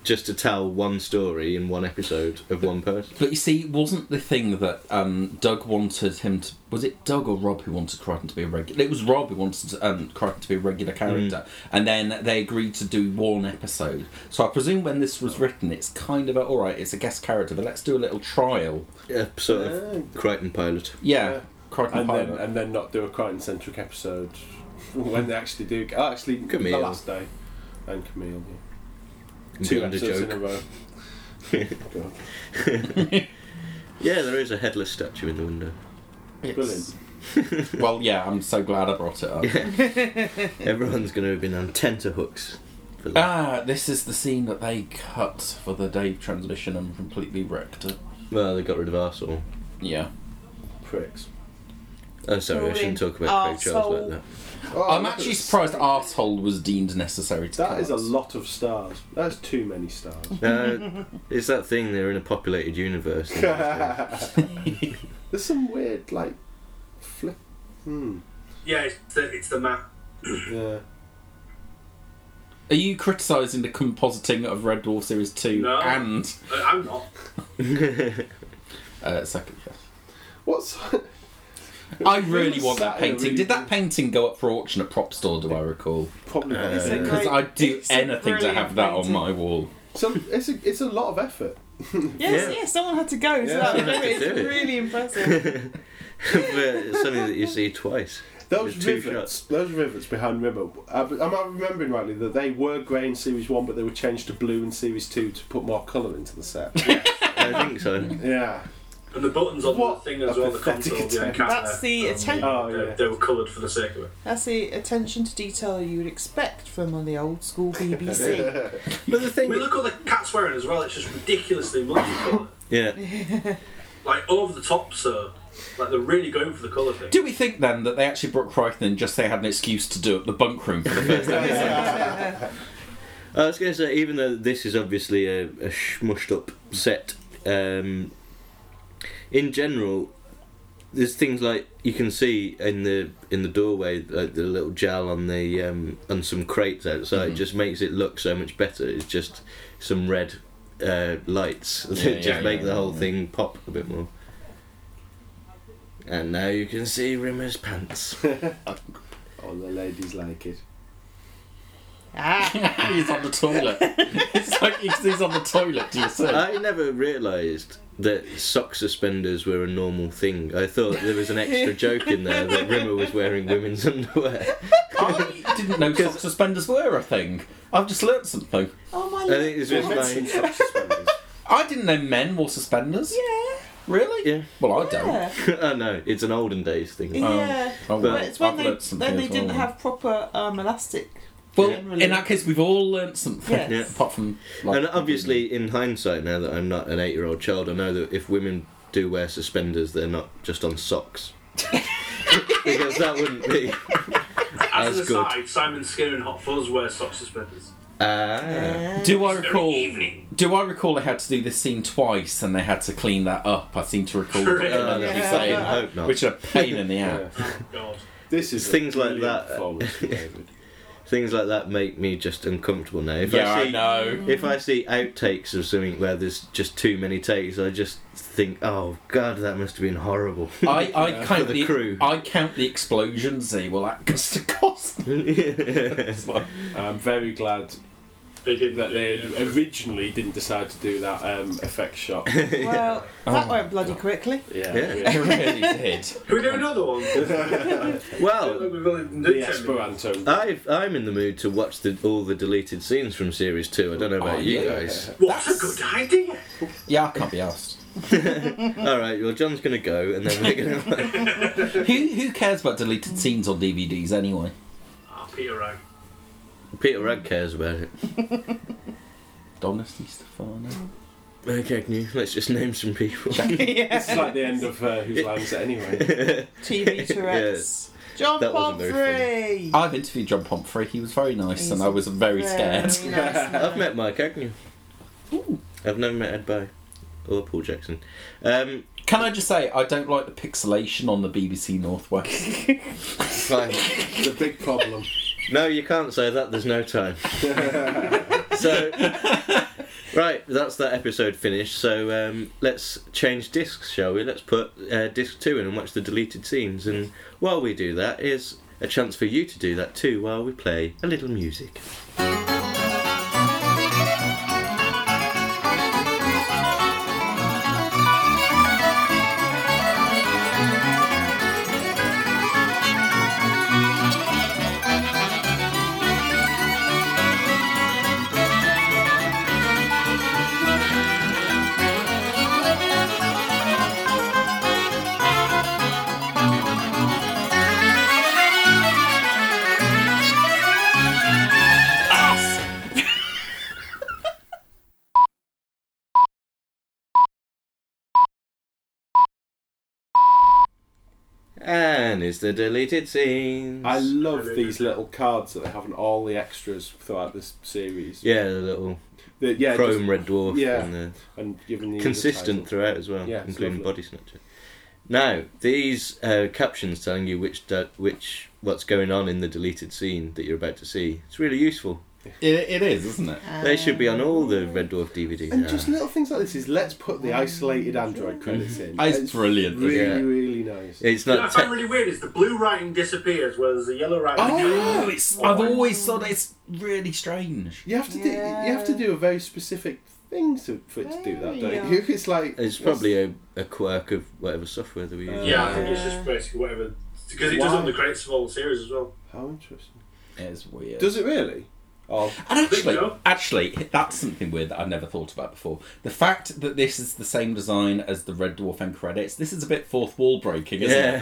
just to tell one story in one episode of one person.
But you see, it wasn't the thing that um, Doug wanted him to. Was it Doug or Rob who wanted Crichton to be a regular? It was Rob who wanted um, Crichton to be a
Mm.
regular character, and then they agreed to do one episode. So I presume when this was written, it's kind of a, all right. It's a guest character, but let's do a little trial.
A sort of Crichton pilot.
Yeah,
Yeah.
Crichton
and
Pilot.
then and then not do a Crichton centric episode when they actually do. Oh, actually,
Camille.
the last day, and Camille. Yeah.
Beyond a
episodes in
joke.
a row. God.
Yeah, there is a headless statue in the window.
Brilliant.
Well, yeah, I'm so glad I brought it up.
Everyone's going to have been on tenterhooks for that.
Ah, this is the scene that they cut for the Dave transmission and completely wrecked it.
well, they got rid of Arsenal.
Yeah.
Pricks.
Oh, sorry, I shouldn't talk about Craig Charles like
Arsehole.
that.
Oh,
I'm
look at
actually
the
surprised
state.
arsehole was deemed necessary to
That
cut.
is a lot of stars. That's too many stars.
Uh, it's that thing they're in a populated universe. and everything.
There's some weird like flip. Hmm.
Yeah, it's the, it's the map.
Yeah.
Are you criticising the compositing of Red Dwarf Series 2
No.
and
Uh, I'm not.
uh, second?
What's
I really want that
Saturday,
painting.
really
Did that
good.
painting go up for auction at Prop Store, do I recall?
probably not.
It's a
yeah.
Because
Great.
I'd do
It's a
anything to
brilliant
have that on
painting.
my wall.
So it's a, it's a lot of effort.
Yes,
Yeah.
yes, someone had to go. So
Yeah,
that
someone had to
it's
do it.
really impressive.
But it's something that you see twice.
Those
With two shots.
rivets, those rivets behind Rimmer. uh, but Am I remembering rightly that they were grey in Series One, but they were changed to blue in Series Two to put more colour into the set?
I think so.
yeah.
And the buttons on
What
the thing as
a
well, the
pathetic
console, the
attempt.
encounter,
That's the
um,
attempt.
Oh,
they-
yeah.
They were coloured for the sake of it.
That's the attention to detail you would expect from on the old school BBC.
But the
I mean,
thing,
look what the cat's wearing as well. It's just ridiculously multicolour.
yeah,
like, over the top, so. Like, they're really going for the colour thing.
Do we think then that they actually brought Crichton just they had an excuse to do it at the bunk room for the first episode?
I was going to say, even though this is obviously a, a smushed up set, um, in general, there's things like you can see in the in the doorway, like the little gel on the um, on some crates outside,
Mm-hmm.
just makes it look so much better. It's just some red uh, lights that
Yeah,
just
yeah,
make
yeah,
the whole
yeah.
thing pop a bit more. And now you can see Rimmer's pants.
Oh, the ladies like it.
ah,
he's on the toilet. It's like he's he's on the toilet, do you see?
I never realised that sock suspenders were a normal thing. I thought there was an extra joke in there that Rimmer was wearing women's underwear.
I didn't know sock suspenders were a thing. I've just learnt something.
oh my
I think it's just
Fencing
my.
socks suspenders.
I didn't know men wore suspenders.
Yeah,
Really?
Yeah.
Well, I don't.
yeah,
oh no, it's an olden days thing.
Oh,
yeah.
oh, well,
But it's when
I've
they
learnt something
then they
as well.
didn't have proper um, elastic.
Well,
generally.
in that case, we've all learnt something.
Yes. Yeah.
Apart from. like,
And um, obviously, in hindsight, now that I'm not an eight year old child, I know that if women do wear suspenders, they're not just on socks. because that wouldn't be.
As an
That's good.
aside, Simon Skinner and Hot Fuzz wear sock suspenders.
Ah.
Do I
Very
recall?
evening.
Do I recall they had to do this scene twice and they had to clean that up? I seem to recall.
Sure.
Ellen
Yeah.
Lee
I
saying,
hope not.
Which uh, are a pain in the ass.
God.
This is a
Things like
brilliant
that.
performance from David.
Things like that make me just uncomfortable now. If
Yeah,
I
I
see
know.
If I see outtakes of something where there's just too many takes, I just think, oh god, that must have been horrible.
I, I count
the
the,
crew.
I count the explosions. They will act cost to cost. It's like,
I'm very glad
They did
that they originally didn't decide to do that um, effect shot. Yeah.
Well,
Oh.
that went bloody quickly.
I really did.
Can we do another one?
well,
We've only done
The
10 minutes.
Esperanto.
I've, I'm in the mood to watch the, all the deleted scenes from series two. I don't know about
Oh,
you
yeah.
guys.
What a good idea!
Yeah, I can't be asked.
All right, well, John's gonna go, and then we're gonna.
Who who cares about deleted scenes on DVDs anyway?
Ah, Peter Rag.
Peter Rag cares about it.
Donis Di Stefano.
Okay, can you- let's just name some people.
This is like the end of uh, Whose Line Is It Anyway?
TV Tourette's. John
That wasn't very
Pomfrey.
I've interviewed John Pomfrey. He was very nice, and I was very scared.
I've met Mike Agnew. I've never met Ed By or Paul Jackson. Um,
Can I just say I don't like the pixelation on the BBC Northwest?
fine.
It's a big problem.
No, you can't say that. There's no time. so, right, that's that episode finished. So um, let's change discs, shall we? Let's put uh, disc two in and watch the deleted scenes. And while we do that, is a chance for you to do that too while we play a little music. man is the deleted scenes.
I love these little cards that they have on all the extras throughout this series.
yeah, the little
The- yeah,
chrome
just-
red dwarf
yeah.
and the
and given the
consistent
title.
throughout as well,
Yeah, it's
including
lovely.
body snatcher. Now these uh, captions telling you which di- which what's going on in the deleted scene that you're about to see. It's really useful.
It, it is, isn't it?
they should be on all the Red Dwarf DVDs.
And
now.
just little things like this is let's put the isolated Android credits in.
It's brilliant,
Really,
yeah.
really nice.
it's
You know, what
not.
I
Te-
find really weird is the blue writing disappears, whereas the yellow writing.
Oh,
it's, I've always thought it's really strange.
You have to do. You have to do a very specific thing to, for it to do that, don't
Yeah.
you? It's like
it's probably a, a quirk of whatever software that we use.
Yeah, I think it's just basically whatever. Because it does
Wow.
on the credits of all the series as well.
how interesting.
It's weird.
Does it really? Oh,
And actually,
Bingo.
actually, that's something weird that I've never thought about before. The fact that this is the same design as the Red Dwarf end credits, this is a bit fourth wall breaking, isn't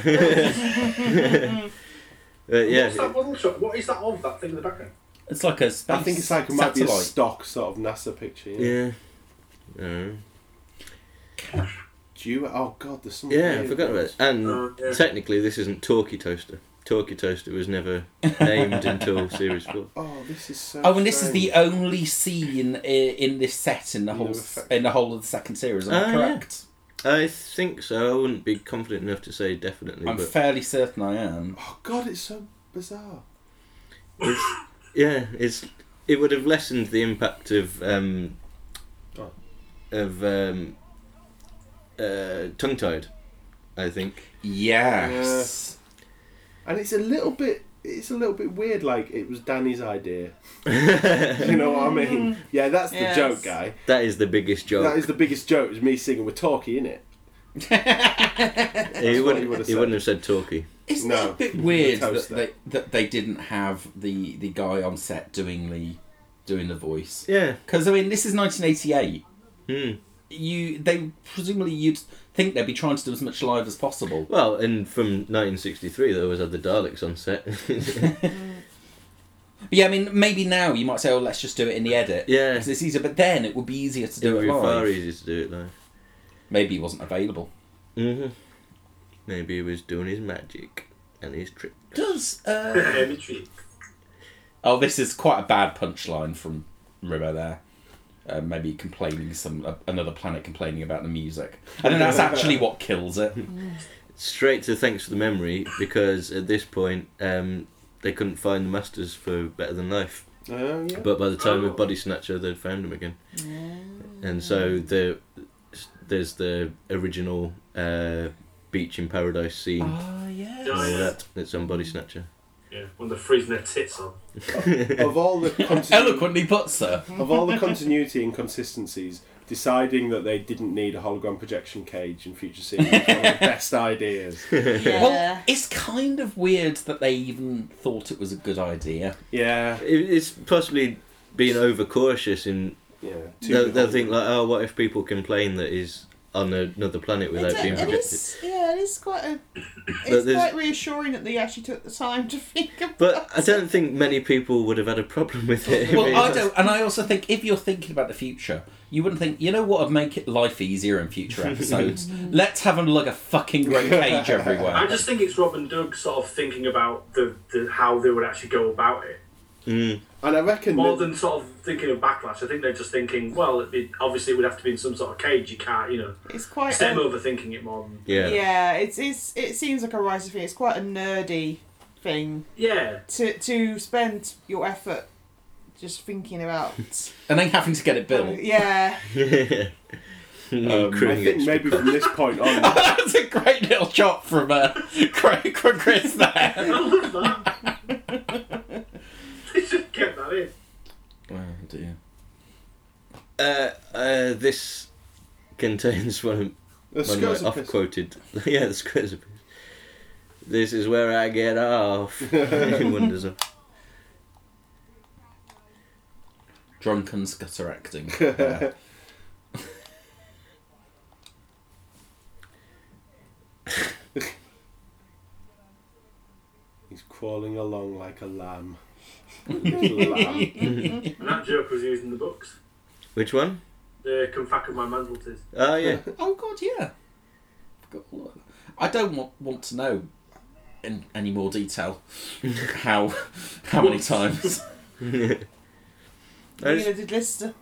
Yeah.
it?
But
What's that
yeah.
model shot? What is that of that thing in the background?
It's like a space
I think it's like it might
satellite.
be a stock sort of NASA picture. Yeah.
Yeah. Uh,
Do you? Oh God, there's something.
yeah, I
weird
forgot about it. And
Uh, yeah.
technically, this isn't Talkie Toaster. Talkie Toaster was never named until Series 4.
Oh, this is so.
Oh, and this is the
strange.
only scene i- in this set in the
No
whole
effect.
in the whole of the second series. Am I
Oh, yeah.
correct?
I think so. I wouldn't be confident enough to say definitely,
I'm
but
fairly certain I am.
Oh God, it's so bizarre.
yeah, it's it would have lessened the impact of um,
Oh.
of um, uh, tongue tied. I think.
Yes.
And it's a little bit. It's a little bit weird. Like it was Danny's idea.
that
You know what I mean? Yeah, that's the
Yes.
joke, guy.
is the biggest joke.
That is the biggest joke. Is me singing with Talkie in it.
he
what
wouldn't.
he
He,
would have
wouldn't have said talkie.
Isn't
No.
it a bit weird
The
that
toaster.
they, that they didn't have the the guy on set doing the doing the voice?
Yeah.
Because I mean, this is 1988.
Hmm.
You they presumably you'd think they'd be trying to do as much live as possible.
Well, and from 1963, they always had the Daleks on set.
But yeah, I mean, maybe now you might say, "Oh, let's just do it in the edit."
Yeah.
'Cause it's easier. But then it would be easier to
it
do
would
it,
be
live.
far easier to do it live.
Maybe he wasn't available.
hmm Maybe he was doing his magic and his trick.
Does
Yeah,
uh...
literally.
oh, this is quite a bad punchline from Ribo there. Uh, maybe complaining some uh, another planet complaining about the music. I think that's actually what kills it.
straight to thanks for the memory because at this point um, they couldn't find the masters for Better Than Life.
Oh yeah.
But by the time
Oh.
of Body Snatcher, they'd found them again, and so the there's the original uh, beach in paradise scene.
Ah, yes.
and all
yeah.
that that's on Body Snatcher.
Yeah, when they're freezing their tits on.
of all the continu-
Eloquently put, sir.
of all the continuity inconsistencies, deciding that they didn't need a hologram projection cage in future series was one of the best ideas.
Yeah.
Well, it's kind of weird that they even thought it was a good idea.
Yeah,
It, it's possibly being overcautious in
yeah.
they'll, they'll think like, oh, what if people complain that he's on another planet without
It's-
being
it
projected?
is, yeah, it is quite a.
But
It's
there's-
quite reassuring that they actually took the time to think about.
But I
it.
don't think many people would have had a problem with it.
Well, I don't, and I also think if you're thinking about the future, you wouldn't think, you know what would make it life easier in future episodes? Let's have them lug a fucking great cage
I
everywhere.
just think it's Rob and Doug sort of thinking about the, the how they would actually go about it.
and I reckon
More
that,
than sort of thinking of backlash, I think they're just thinking, well, it'd be, obviously it would have to be in some sort of cage. You can't, you know.
It's quite.
It's them
a-
overthinking it more than.
Yeah.
yeah, it's, it's it seems like a writer thing. It's quite a nerdy thing
Yeah.
to to spend your effort just thinking about.
And then having to get it built.
yeah,
Um,
I think maybe from this point on,
That's a great little shot from uh, Craig from Chris there.
I love that. they just kept that in.
Oh dear.
uh, uh, this contains one of,
the
one of
skirts
my
are
off
pissed.
quoted. yeah, the squares are pissed. This is where I get off. he wonders. off.
Drunken scutter acting.
He's crawling along like a lamb. Little lamb.
And that joke was used in the books.
Which one?
The come fuck with my mandelties.
Oh, yeah.
oh god, yeah. Forgot all of- I don't want, want to know in any more detail how how many times.
I
You know,
just,
did Lister.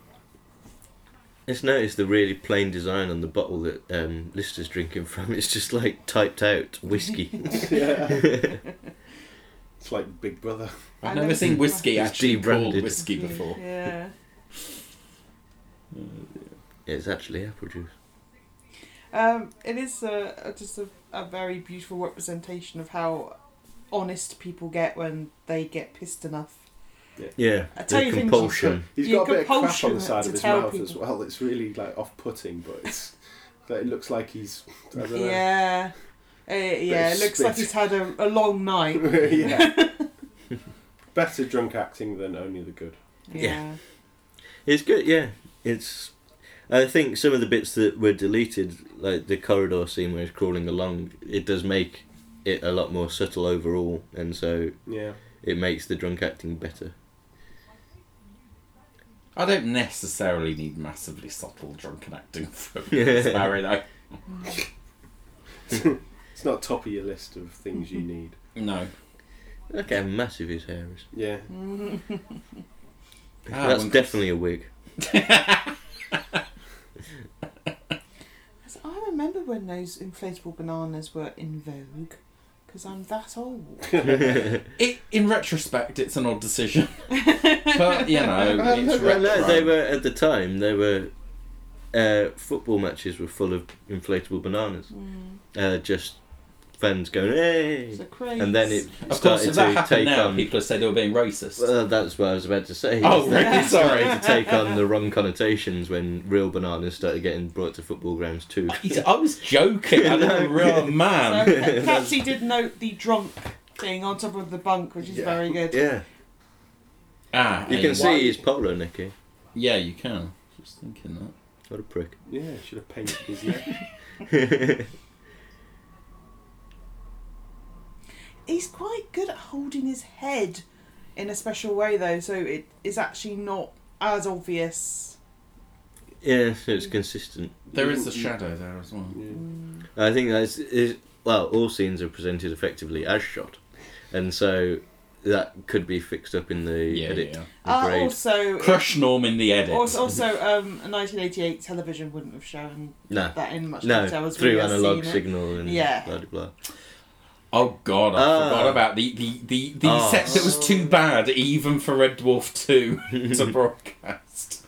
just noticed the really plain design on the bottle that um, Lister's drinking from. It's just like typed out whiskey.
It's like Big Brother.
I've
I
never
know.
seen whiskey
It's
actually called
de-branded.
whiskey before.
Yeah.
it's actually apple juice.
Um, it is a, a- just a, a very beautiful representation of how honest people get when they get pissed enough.
Yeah,
I tell
the
you things-
compulsion.
He's
You
got a bit of crap on
compulsion
the side
to
of his
tell
mouth as
people.
well. It's really like off-putting, but it's like, it looks like he's. I don't know.
Yeah. Uh, yeah, it looks like
spit.
he's had a, a long night.
yeah. Better drunk acting than only the good.
Yeah.
It's good, yeah. It's. I think some of the bits that were deleted, like the corridor scene where he's crawling along, it does make it a lot more subtle overall, and so
Yeah.
it makes the drunk acting better.
I don't necessarily need massively subtle drunken acting from Prince Barry, though.
It's not top of your list of things you need.
No.
Look how massive his hair is.
Yeah.
Mm.
Ah,
That's
one-
definitely a wig.
So I remember when those inflatable bananas were in vogue, because I'm that old.
It, in retrospect, it's an odd decision. but, you know, it's
Well, no,
retro.
they were at the time. They were uh, football matches were full of inflatable bananas. Uh, just fans going hey,
It's a craze.
and then it
Of course,
started
if that
to
happened
take
now,
on.
people would say they were being racist.
Well, that's what I was about to say.
Oh,
They
really?
started
Sorry.
to take on the wrong connotations when real bananas started getting brought to football grounds too.
He's- I was joking. I'm a real
So,
man.
Pe- Pepsi did note the drunk thing on top of the bunk, which is
Yeah.
very good.
Yeah,
Ah,
you
hey,
can
why-
see he's popular, Nicky.
Yeah, you can. Just thinking that.
What a prick.
Yeah, should have painted his neck.
He's quite good at holding his head in a special way, though, so it is actually not as obvious.
Yeah, so it's consistent.
There is the shadow there as well.
I think that's is well, all scenes are presented effectively as shot, and so that could be fixed up in the
Yeah,
edit.
yeah.
Uh,
Grade.
also,
Crush Norm in the edit.
also, also um, 1988 television wouldn't have shown
No.
that in much
No,
detail as we
through
have
analog
seen it.
signal and
Yeah.
blah blah blah.
Oh god, I
Ah.
forgot about the the the, the
Ah.
set that was too bad even for Red Dwarf Two to broadcast.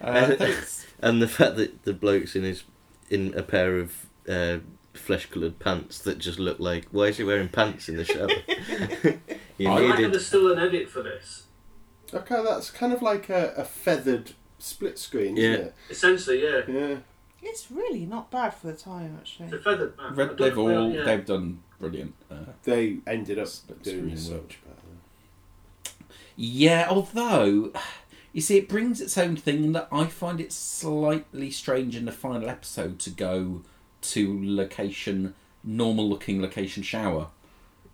Uh, thanks.
And the fact that the bloke's in his in a pair of uh, flesh coloured pants that just look like why is he wearing pants in the shower? you
I
I reckon
needed
there's still an edit for this.
Okay, that's kind of like a, a feathered split screen, isn't
Essentially, yeah.
it? Yeah.
It's really not bad for the time, actually.
The feathered man. I
Red,
don't
they've
know,
all
yeah.
they've done brilliant. Uh,
They ended up
Split
doing
screen
so
work.
much better.
yeah, although you see, it brings its own thing in that I find it slightly strange in the final episode to go to location normal looking location shower.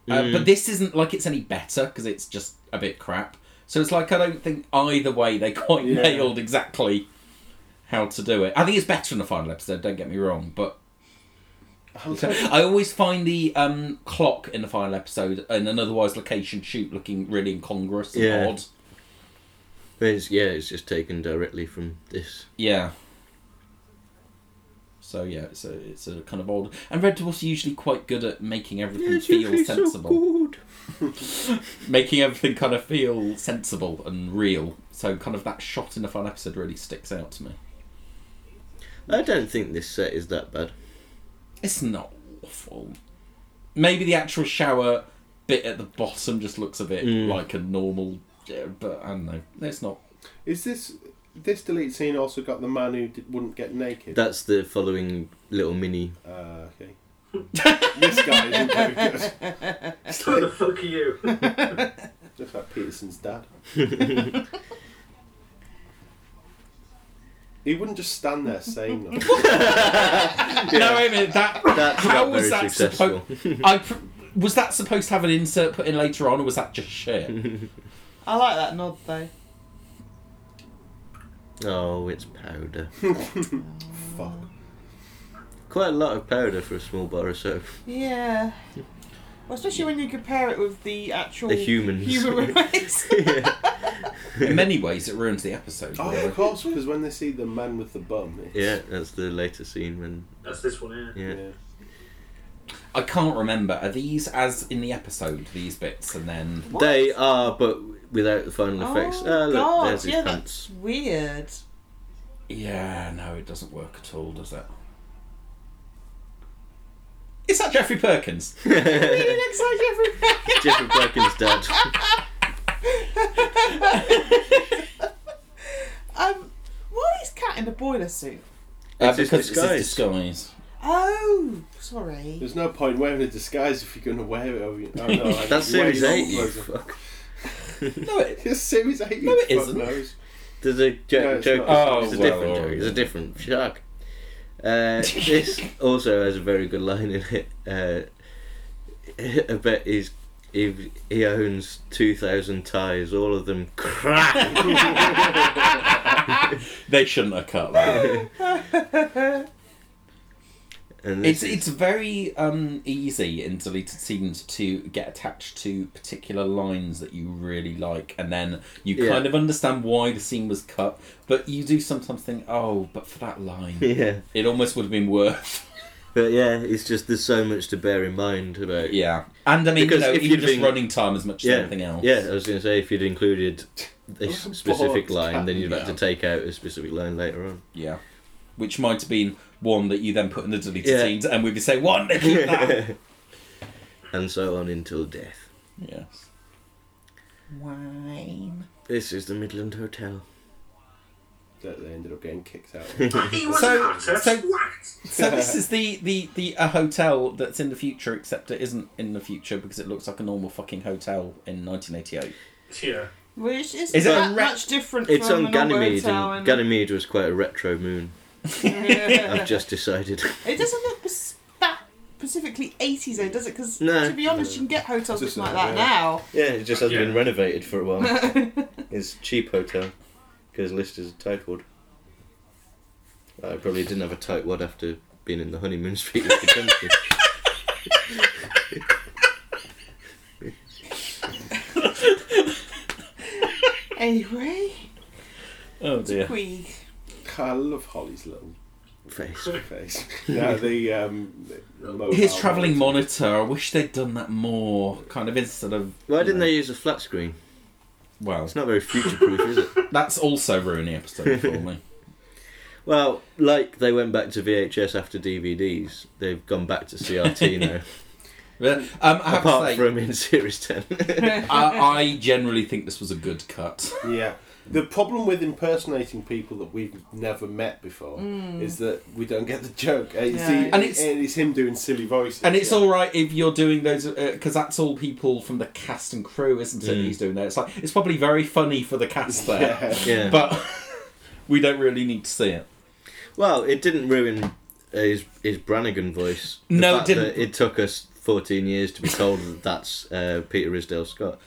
Uh, But this isn't like it's any better because it's just a bit crap. So it's like I don't think either way they quite
Yeah.
nailed exactly how to do it. I think it's better in the final episode. Don't get me wrong, but I always find the um, clock in the final episode and an otherwise location shoot looking really incongruous and
Yeah.
odd.
it's, yeah, it's just taken directly from this.
Yeah. So yeah, it's a it's a kind of old and Red Dwarf's usually quite good at making everything feel sensible. making everything kind of feel sensible and real. So kind of that shot in the final episode really sticks out to me.
I don't think this set is that bad.
It's not awful. Maybe the actual shower bit at the bottom just looks a bit
Mm.
like a normal, yeah, but I don't know. It's not.
Is this this delete scene also got the man who did, wouldn't get naked?
That's the following little mini.
uh, okay. this guy isn't very good.
Who the fuck are you?
Looks like Peterson's dad. he wouldn't just stand there saying nothing.
No, wait a minute. That
That's
how
not
was
very
that
successful.
supposed? I pr- was that supposed to have an insert put in later on, or was that just shit?
I like that nod, though.
oh, it's powder.
Fuck.
Quite a lot of powder for a small bar of soap.
Yeah. Well, especially when you compare it with the actual
The humans.
human race.
In many ways, it ruins the episode.
Oh,
really.
of course, because when they see the man with the bum, it's,
Yeah, that's the later scene when.
That's this one, yeah.
Yeah.
yeah.
I can't remember. Are these as in the episode? These bits, and then
They are, but without the final effects. Ah,
Oh,
look,
God.
there's his
Yeah, that's
pants.
weird.
yeah, no, it doesn't work at all, does it? Is that Jeffrey Perkins?
He looks like every
Jeffrey Perkins' dad.
Um, why is Cat in a boiler suit?
Uh,
It's his
because it's his
disguise.
disguise.
Oh, sorry.
There's no point wearing a disguise if you're going to wear it. Over your, oh, no, I-
That's
you wear
series
your
eight. You
clothes.
fuck.
No, it,
It's series eight.
No,
you
it
fuck
isn't.
knows.
There's a
No,
joke.
it's
joke
not.
it's a
Oh, well,
different joke. It's a
alright.
different shark. Uh, this also has a very good line in it. Uh, I bet he's, he, he owns 2,000 ties, all of them crap.
they shouldn't have cut that.
And
it's
this
it's very um, easy in deleted scenes to get attached to particular lines that you really like, and then you
Yeah.
kind of understand why the scene was cut. But you do sometimes think, oh, but for that line,
is- yeah.
it almost would have been worth.
But yeah, it's just there's so much to bear in mind about.
Yeah, and I mean,
Because
you know,
if
even
you'd
just
been-
running time as much as anything else.
Yeah, I was going to say if you'd included a s- specific
Bored.
line, then you'd have to
Yeah.
take out a specific line later on.
yeah. Which might have been one that you then put in the deleted
Yeah.
scenes, and we'd be saying, "What? They keep that."
and so on until death.
yes.
Wine.
This is the Midland Hotel.
That they ended up getting kicked out.
He was
So-
an actor.
so-
What?
So this is the the the a hotel that's in the future, except it isn't in the future because it looks like a normal fucking hotel in 1988.
Yeah.
Which is
Is it
that
a re-
much different
It's
from
on
an
Ganymede,
hotel
and Ganymede was quite a retro moon. I've just decided.
It doesn't look pers- that specifically 80s though, does it? Because
No.
to be honest, you can get hotels
Just
looking like
not
that
there.
now.
yeah, it just hasn't
Yeah.
been renovated for a while. it's a cheap hotel because listed as a tightwad. I probably didn't have a tightwad after being in the honeymoon suite of the country.
Anyway,
Oh dear.
we.
I love Holly's little
Face.
face. No, the um, mobile
His travelling monitor. I wish they'd done that more, kind of instead of.
Why didn't they use a flat screen?
Well,
It's not very future proof, is it?
that's also ruining the episode for me.
Well, like they went back to VHS after DVDs, they've gone back to CRT now.
But, um, I have to
Apart
say,
from in Series 10.
I, I generally think this was a good cut.
Yeah. The problem with impersonating people that we've never met before is that we don't get the joke. And it's,
Yeah.
he-
Mm. And it's-
and it's him doing silly voices.
And it's
yeah.
all right if you're doing those because that's all people from the cast and crew, isn't
Mm.
it? He's doing that. It's like it's probably very funny for the cast there,
Yeah.
yeah.
but we don't really need to see it.
well, it didn't ruin uh, his, his Brannigan voice. The
No, it
fact
didn't.
that it took us 14 years to be told that that's uh, Peter Isdale Scott.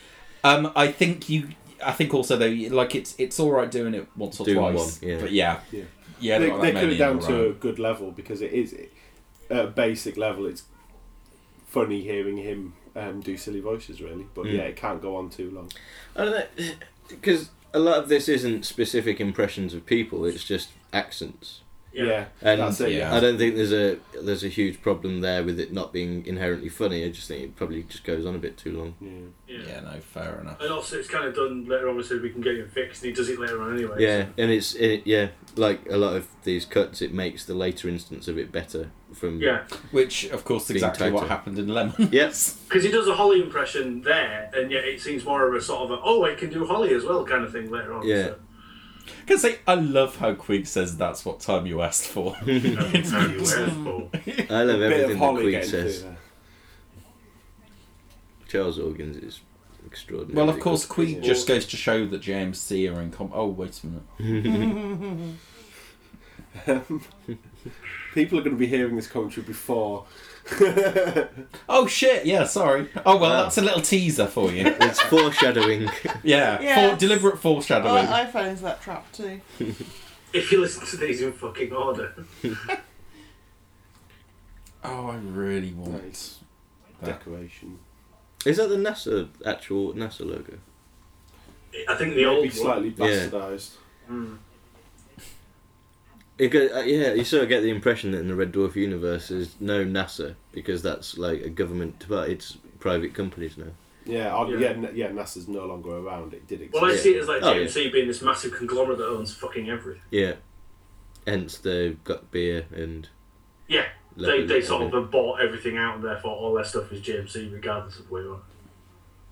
Um, I think you. I think also though, like it's it's all right doing it once or
Doing
twice.
one, yeah.
But yeah,
Yeah.
yeah,
They, they
not
could
that many
have down
in a
to a
row.
good level because it is, at a basic level, it's funny hearing him um, do silly voices, really. But yeah, it can't go on too long.
I don't know, because a lot of this isn't specific impressions of people, it's just accents.
Yeah.
And
that's it.
yeah.
I don't think there's a there's a huge problem there with it not being inherently funny. I just think it probably just goes on a bit too long.
yeah.
Yeah.
Yeah, no, fair enough.
And also, it's kind of done later on. We said we can get him fixed, and he does it later on anyway.
Yeah, and it's it, yeah, like a lot of these cuts, it makes the later instance of it better. From
So. Yeah.
Which, of course,
Being
exactly what
tighter.
happened in Lemon.
yes,
Because he does a Holly impression there, and yet it seems more of a sort of a, oh, I can do Holly as well kind of thing later on.
Yeah.
Can say I love how Quig says that's what time you asked for.
So. How you wear it for.
I love
Bit of
everything that
Holly
Queen
getting
says.
through there.
Charles Organs is extraordinary.
well, of course, Quig
Yeah.
just goes to show that JMC are in com. Oh, wait a minute.
People are going to be hearing this commentary before.
Oh shit! Yeah, sorry. Oh well,
Wow.
that's a little teaser for you.
it's foreshadowing.
Yeah,
Yes.
for, deliberate
Oh,
foreshadowing.
I, I fell into that trap too.
If you listen to these in fucking order.
Oh, I really want.
Nice. Decoration.
Is that the NASA actual NASA logo?
I think the old
Maybe
one.
slightly
Yeah.
bastardised.
It go, uh, yeah, you sort of get the impression that in the Red Dwarf universe there's no NASA because that's like a government, but it's private companies now.
Yeah, I,
Yeah.
yeah, yeah, N- yeah. NASA's no longer around. It did exist.
Well, I see it as like
Oh,
GMC being this massive conglomerate that owns fucking everything.
Yeah, hence they've got beer and
Yeah, they,
Lovely,
they sort of
lovely.
have bought everything out, and therefore all their stuff is GMC, regardless of where you are.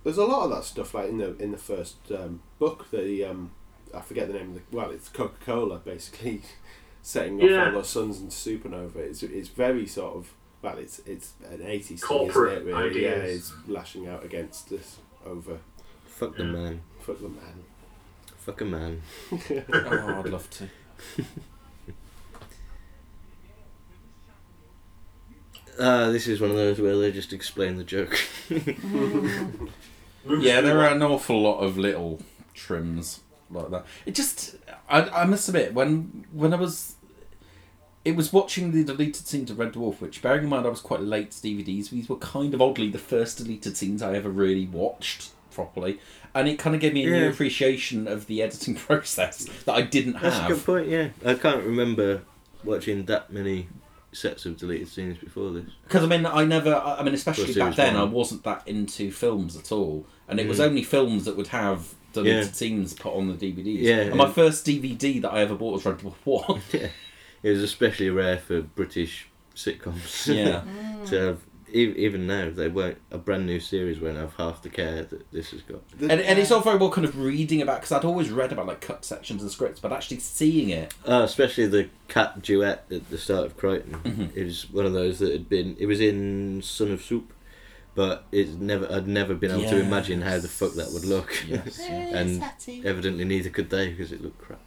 There's a lot of that stuff like in the in the first um, book. The um, I forget the name of the well, it's Coca Cola basically setting off
Yeah.
all those suns and supernova. It's it's very sort of well, it's it's an 80s
Corporate
thing, isn't it, really? Yeah,
ideas.
it's lashing out against us over
fuck the
Yeah.
man,
fuck the man.
fuck a man.
Oh, I'd love to.
Ah, this is one of those where they just explain the joke.
Moose
Yeah, there
Mule.
are an awful lot of little trims like that. It just, I, I must admit, when when I was, it was watching the deleted scenes of Red Dwarf, which, bearing in mind, I was quite late to DVDs. These were kind of oddly the first deleted scenes I ever really watched properly, and it kind of gave me a
Yeah.
new appreciation of the editing process that I didn't
That's
Ah,
a good
have.
point. Yeah, I can't remember watching that many sets of deleted scenes before this.
Because I mean, I never, I I mean, especially
Plus, it
back
was
then,
one. Mm.
I wasn't that into films at all, and it was only films that would have. Deleted
Yeah.
scenes put on the DVDs.
Yeah,
and my
yeah.
first DVD that I ever bought was Red Dwarf 1.
It was especially rare for British sitcoms.
Yeah.
to have e- even now they won't a brand new series won't have half the care that this has got.
and, and it's all very well kind of reading about because I'd always read about like cut sections and scripts, but actually seeing it,
Uh, especially the cat duet at the start of Crichton
Mm-hmm.
It was one of those that had been. It was in Son of Soup, but it's never. I'd never been able to imagine how the fuck that would look.
Yes, yeah.
and evidently neither could they because it looked crap.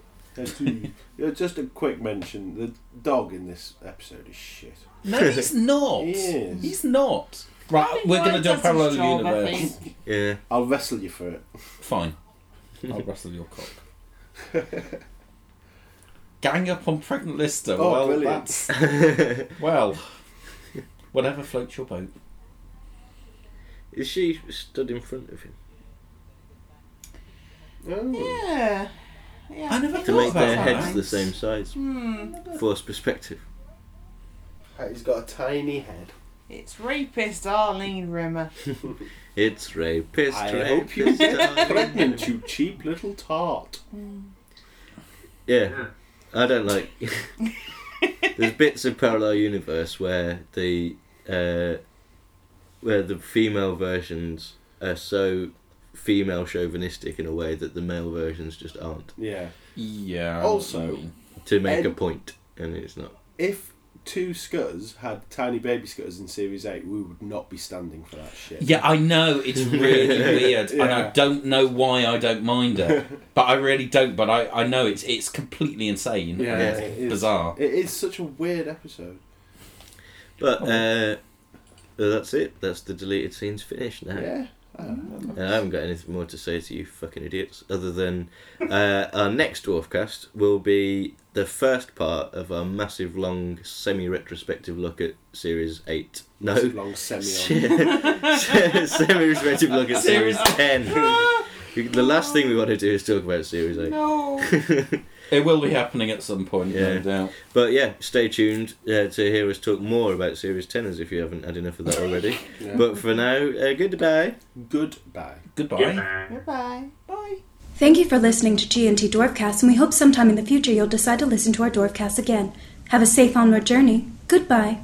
Yeah, Just a quick mention: the dog in this episode is shit.
no, he's not.
He is.
He's not. Right, we're
Oh,
going to do a parallel universe.
Yeah,
I'll wrestle you for it.
Fine, I'll wrestle your cock. Gang up on pregnant Lister.
Oh,
well,
brilliant.
that's well, whatever floats your boat.
is she stood in front of him
Oh.
Yeah. Yeah.
I never
think
to
What
make
about
their
that?
heads the same size?
Hmm.
Forced perspective.
He's got a tiny head.
It's rapist Arlene Rimmer.
It's rapist.
I
rapist,
hope you get
darling.
pregnant, you cheap little tart.
Yeah. I don't like. There's bits of parallel universe where the uh, where the female versions are so female chauvinistic in a way that the male versions just aren't
Yeah. Um,
Yeah.
Also,
to make a
Ed-
point, and it's not.
if two Scuds had tiny baby Scuds in Series 8, we would not be standing for that shit.
Yeah, I know it's really weird, and I
Yeah.
don't know why I don't mind it, but I really don't. But I, I know it's it's completely insane.
Yeah,
and
it
it's
is.
bizarre.
It is such a weird episode.
But uh, well, that's it. That's the deleted scenes finished now.
Yeah. Ah, I don't know.
And I haven't got anything more to say to you fucking idiots, other than uh, our next Dwarfcast will be the first part of our massive, long, semi retrospective look at Series 8. No.
It's a long semi on.
semi retrospective look at Series
Series
10. the last thing we want to do is talk about Series 8.
No.
It will be happening at some point, no
Yeah.
doubt.
But yeah, stay tuned uh, to hear us talk more about Series 10 as if you haven't had enough of that already.
Yeah.
But for now, uh, goodbye.
Goodbye.
Goodbye.
Yeah.
Goodbye. Bye.
Thank you for listening to G&T Dwarfcast, and we hope sometime in the future you'll decide to listen to our Dwarfcast again. Have a safe onward journey. Goodbye.